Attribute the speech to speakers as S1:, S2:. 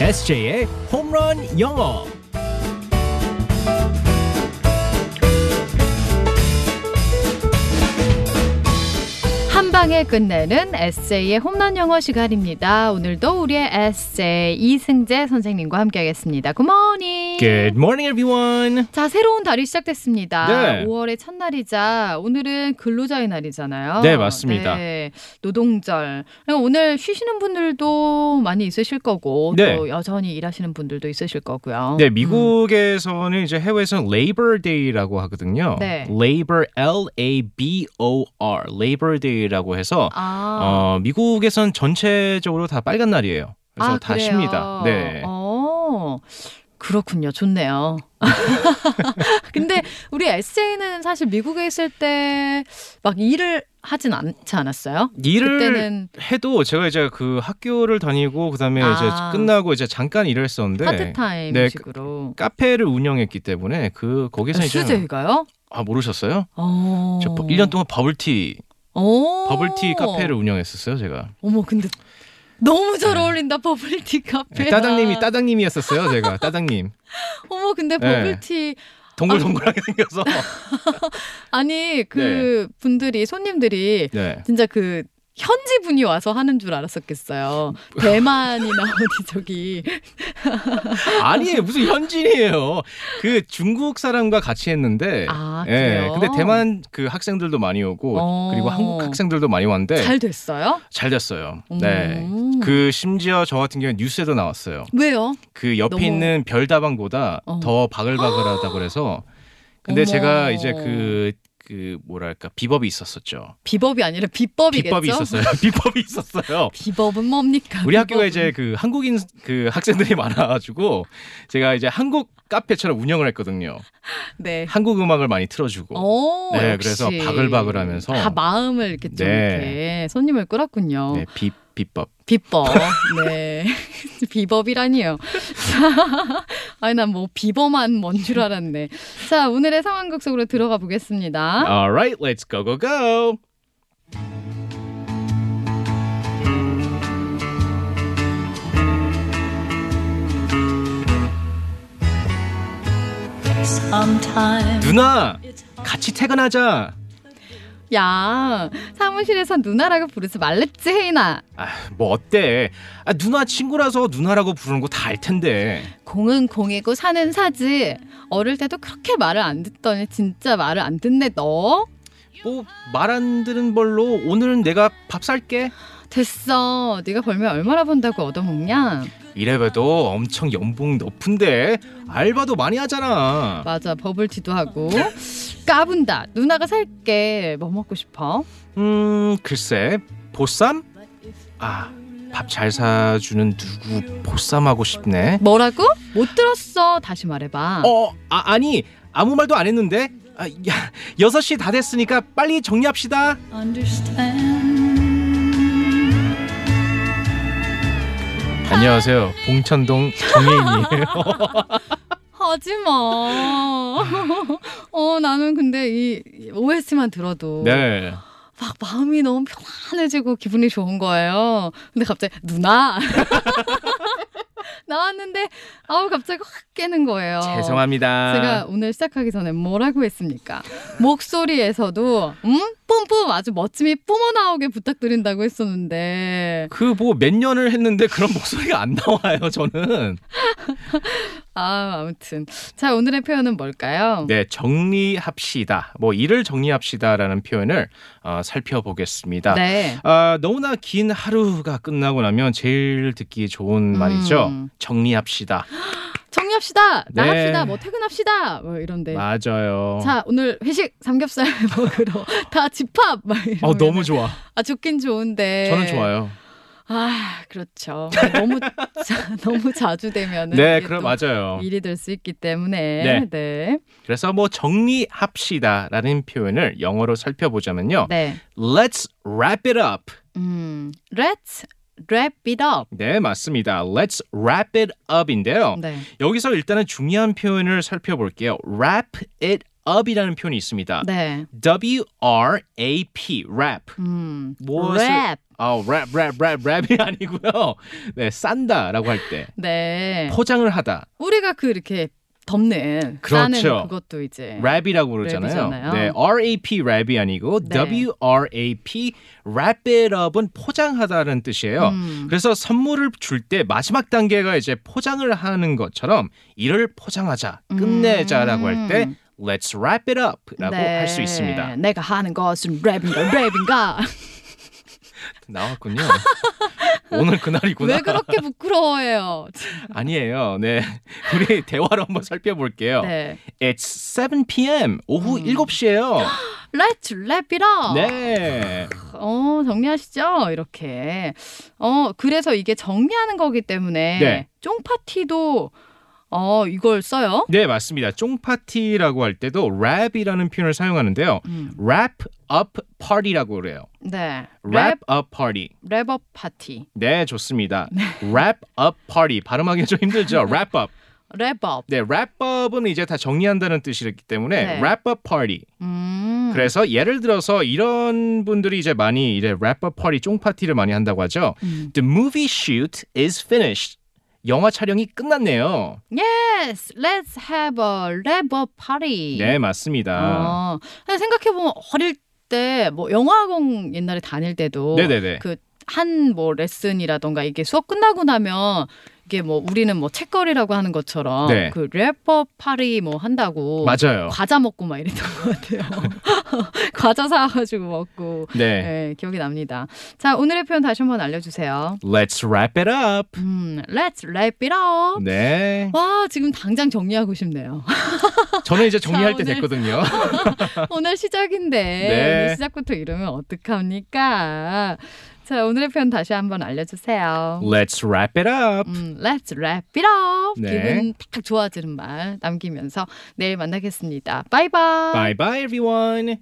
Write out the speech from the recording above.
S1: SJ의 홈런 영어.
S2: 한 방에 끝내는 에세이의 홈런 영어 시간입니다. 오늘도 우리의 에세이 이승재 선생님과 함께하겠습니다. 굿모닝.
S1: Good morning, everyone.
S2: 자, 새로운 달이 시작됐습니다.
S1: 네.
S2: 5월의 첫날이자 오늘은 근로자의 날이잖아요.
S1: 네, 맞습니다.
S2: 네, 노동절. 그러니까 오늘 쉬시는 분들도 많이 있으실 거고
S1: 네.
S2: 또 여전히 일하시는 분들도 있으실 거고요.
S1: 네,
S2: 음.
S1: 미국에서는 이제 해외에서는 Labor Day라고 하거든요.
S2: 네.
S1: Labor, L-A-B-O-R, Labor Day라고 해서
S2: 아.
S1: 어, 미국에선 전체적으로 다 빨간 날이에요. 그래서
S2: 아,
S1: 다
S2: 그래요?
S1: 쉽니다. 네.
S2: 어. 그렇군요. 좋네요. 근데 우리 에세이는 사실 미국에 있을 때 막 일을 하진 않지 않았어요?
S1: 일을
S2: 그때는
S1: 해도 제가 이제 그 학교를 다니고 그다음에 이제
S2: 아.
S1: 끝나고 이제 잠깐 일을 했었는데 네,
S2: 파트타임식으로
S1: 카페를 운영했기 때문에 그 거기서 이제
S2: 수제가요?
S1: 아 모르셨어요?
S2: 어.
S1: 저 1년 동안 버블티
S2: 어.
S1: 버블티 카페를 운영했었어요, 제가.
S2: 어머 근데 너무 잘 어울린다 버블티 카페.
S1: 네, 따당님이 따당님이었었어요, 제가. 따당님.
S2: 어머 근데
S1: 네.
S2: 버블티
S1: 동글동글하게 생겨서.
S2: 아니 그 분들이 손님들이
S1: 네.
S2: 진짜 그 현지 분이 와서 하는 줄 알았었겠어요. 대만이나 어디 저기
S1: 아니에요. 무슨 현진이에요. 그 중국 사람과 같이 했는데
S2: 아
S1: 예,
S2: 그래요.
S1: 근데 대만 그 학생들도 많이 오고
S2: 어.
S1: 그리고 한국 학생들도 많이 왔는데 잘,
S2: 잘 됐어요?
S1: 됐어요. 네.
S2: 음.
S1: 그 심지어 저 같은 경우는 뉴스에도 나왔어요.
S2: 왜요?
S1: 그 옆에
S2: 너무-
S1: 있는 별다방보다
S2: 어.
S1: 더 바글바글하다 그래서 근데
S2: 어머.
S1: 제가 이제 그, 그 뭐랄까 비법이 있었었죠.
S2: 비법이 아니라 비법이겠죠?
S1: 비법이 있었어요. 비법이 있었어요.
S2: 비법은 뭡니까?
S1: 우리 학교가
S2: 비법은?
S1: 이제 그 한국인 그 학생들이 많아가지고 제가 이제 한국 카페처럼 운영을 했거든요.
S2: 네.
S1: 한국 음악을 많이 틀어주고
S2: 어,
S1: 네,
S2: 역시.
S1: 그래서 바글바글하면서.
S2: 다 마음을 이렇게 좀
S1: 네.
S2: 이렇게 손님을 끌었군요.
S1: 네, 비 비법.
S2: 비법. 네. 비법이라니요. 자, 아니 난 뭐 비범한 뭔 줄 알았네. 자, 오늘의 상황극 속으로 들어가
S1: 네.
S2: 보겠습니다.
S1: Alright, let's go go go.
S3: Sometimes
S1: 누나 같이 퇴근하자.
S2: 야, 사무실에서 누나라고 부르지 말랬지, 혜인아.
S1: 아, 뭐 어때? 아, 누나 친구라서 누나라고 부르는 거 다 알 텐데.
S2: 공은 공이고 사는 사지. 어릴 때도 그렇게 말을 안 듣더니 진짜 말을 안 듣네, 너.
S1: 뭐 말 안 듣는 걸로 오늘은 내가 밥 살게.
S2: 됐어. 네가 벌면 얼마나 번다고 얻어먹냐?
S1: 이래봬도 엄청 연봉 높은데 알바도 많이 하잖아.
S2: 맞아, 버블티도 하고. 까분다. 누나가 살게. 뭐 먹고 싶어?
S1: 음 글쎄 보쌈? 아 밥 잘 사주는 누구 보쌈하고 싶네.
S2: 뭐라고? 못 들었어. 다시 말해봐.
S1: 어 아, 아니 아무 말도 안 했는데. 아, 야, 6시 다 됐으니까 빨리 정리합시다.
S3: understand.
S1: 안녕하세요. 봉천동 정예인이에요.
S2: 하지 마. 어, 나는 근데 이 OS만 들어도
S1: 네.
S2: 막 마음이 너무 편안해지고 기분이 좋은 거예요. 근데 갑자기 누나 나왔는데 아우 갑자기 확 깨는 거예요.
S1: 죄송합니다.
S2: 어, 제가 오늘 시작하기 전에 뭐라고 했습니까? 목소리에서도 음 뿜뿜 아주 멋짐이 뿜어 나오게 부탁드린다고 했었는데
S1: 그 뭐 몇 년을 했는데 그런 목소리가 안 나와요. 저는.
S2: 아 아무튼 자 오늘의 표현은 뭘까요?
S1: 네, 정리합시다. 뭐 일을 정리합시다라는 표현을 어, 살펴보겠습니다.
S2: 네.
S1: 아, 너무나 긴 하루가 끝나고 나면 제일 듣기 좋은
S2: 음.
S1: 말이죠. 정리합시다.
S2: 정리합시다.
S1: 네.
S2: 나갑시다. 뭐 퇴근합시다. 뭐 이런데.
S1: 맞아요. 어.
S2: 자 오늘 회식 삼겹살 먹으러 다 집합. 막
S1: 어,
S2: 이러면은 네.
S1: 너무 좋아.
S2: 아 좋긴 좋은데.
S1: 저는 좋아요.
S2: 아 그렇죠. 너무 자, 너무 자주 되면은
S1: 네,
S2: 이게
S1: 그럼
S2: 또
S1: 맞아요.
S2: 일이 될 수 있기 때문에
S1: 네.
S2: 네. 네.
S1: 그래서 뭐 정리합시다라는 표현을 영어로 살펴보자면요.
S2: 네.
S1: Let's wrap it up.
S2: 음, let's wrap it up.
S1: 네, 맞습니다. Let's wrap it up인데요.
S2: 네.
S1: 여기서 일단은 중요한 표현을 살펴볼게요. wrap it up이라는 표현이 있습니다.
S2: 네.
S1: W R A P rap.
S2: 음.
S1: 무엇을-
S2: 랩.
S1: 아, 랩, 랩, 랩, 랩이 아니고요. 네, 싼다라고 할 때.
S2: 네.
S1: 포장을 하다.
S2: 우리가 그 이렇게 덮는
S1: 그렇죠.
S2: 싸는 그것도 이제
S1: 랩이라고 그러잖아요.
S2: 랩이잖아요.
S1: 네, RAP 랩이 아니고
S2: 네.
S1: WRAP wrap it up은 포장하다라는 뜻이에요.
S2: 음.
S1: 그래서 선물을 줄 때 마지막 단계가 이제 포장을 하는 것처럼 이를 포장하자, 끝내자라고 할 때
S2: 음.
S1: let's wrap it up라고
S2: 네.
S1: 할 수 있습니다.
S2: 내가 하는 것은 랩인가 랩인가.
S1: 나왔군요. 오늘 그날이구나.
S2: 왜 그렇게 부끄러워해요?
S1: 그렇죠. 아니에요. 네. 우리 대화를 한번 살펴볼게요.
S2: 네.
S1: It's 7 p.m. 오후
S2: 음.
S1: 7시예요.
S2: Let's wrap it up.
S1: 네.
S2: 어, 정리하시죠. 이렇게. 어, 그래서 이게 정리하는 거기 때문에
S1: 네.
S2: 쫑파티도 어, 이걸 써요.
S1: 네, 맞습니다. 쫑파티라고 할 때도 랩이라는 표현을 사용하는데요.
S2: 음.
S1: wrap up party라고 그래요.
S2: 네.
S1: wrap up party.
S2: 랩, 랩업 파티.
S1: 네, 좋습니다. wrap up party. 발음하기 좀 힘들죠. wrap up.
S2: 랩업.
S1: 네, wrap up은 이제 다 정리한다는 뜻이기 때문에
S2: 네.
S1: wrap up party.
S2: 음.
S1: 그래서 예를 들어서 이런 분들이 이제 많이 이제 wrap up party 쫑파티를 많이 한다고 하죠.
S2: 음.
S1: The movie shoot is finished. 영화 촬영이 끝났네요.
S2: Yes, let's have a 랩업 파티.
S1: 네, 맞습니다.
S2: 어, 근데 생각해보면 어릴 때 뭐 영화학원 옛날에 다닐 때도
S1: 네, 네, 네.
S2: 한 뭐 레슨이라던가 이게 수업 끝나고 나면 이게 뭐 우리는 뭐 책거리라고 하는 것처럼
S1: 네.
S2: 그 래퍼 파리 뭐 한다고
S1: 맞아요.
S2: 과자 먹고 막 이랬던 것 같아요. 과자 사가지고 먹고 네.
S1: 네.
S2: 기억이 납니다. 자 오늘의 표현 다시 한번 알려주세요.
S1: Let's wrap it up.
S2: 음, let's wrap it up.
S1: 네.
S2: 와 지금 당장 정리하고 싶네요.
S1: 저는 어. 이제 정리할
S2: 자,
S1: 때
S2: 오늘-
S1: 됐거든요.
S2: 오늘 시작인데
S1: 네.
S2: 오늘 시작부터 이러면 어떡합니까? 자 오늘의 표현 다시 한번 알려주세요.
S1: Let's wrap it up.
S2: 음, let's wrap it up.
S1: 네.
S2: 기분 딱 좋아지는 말 남기면서 내일 만나겠습니다. 바이바이.
S1: 음. Bye bye everyone.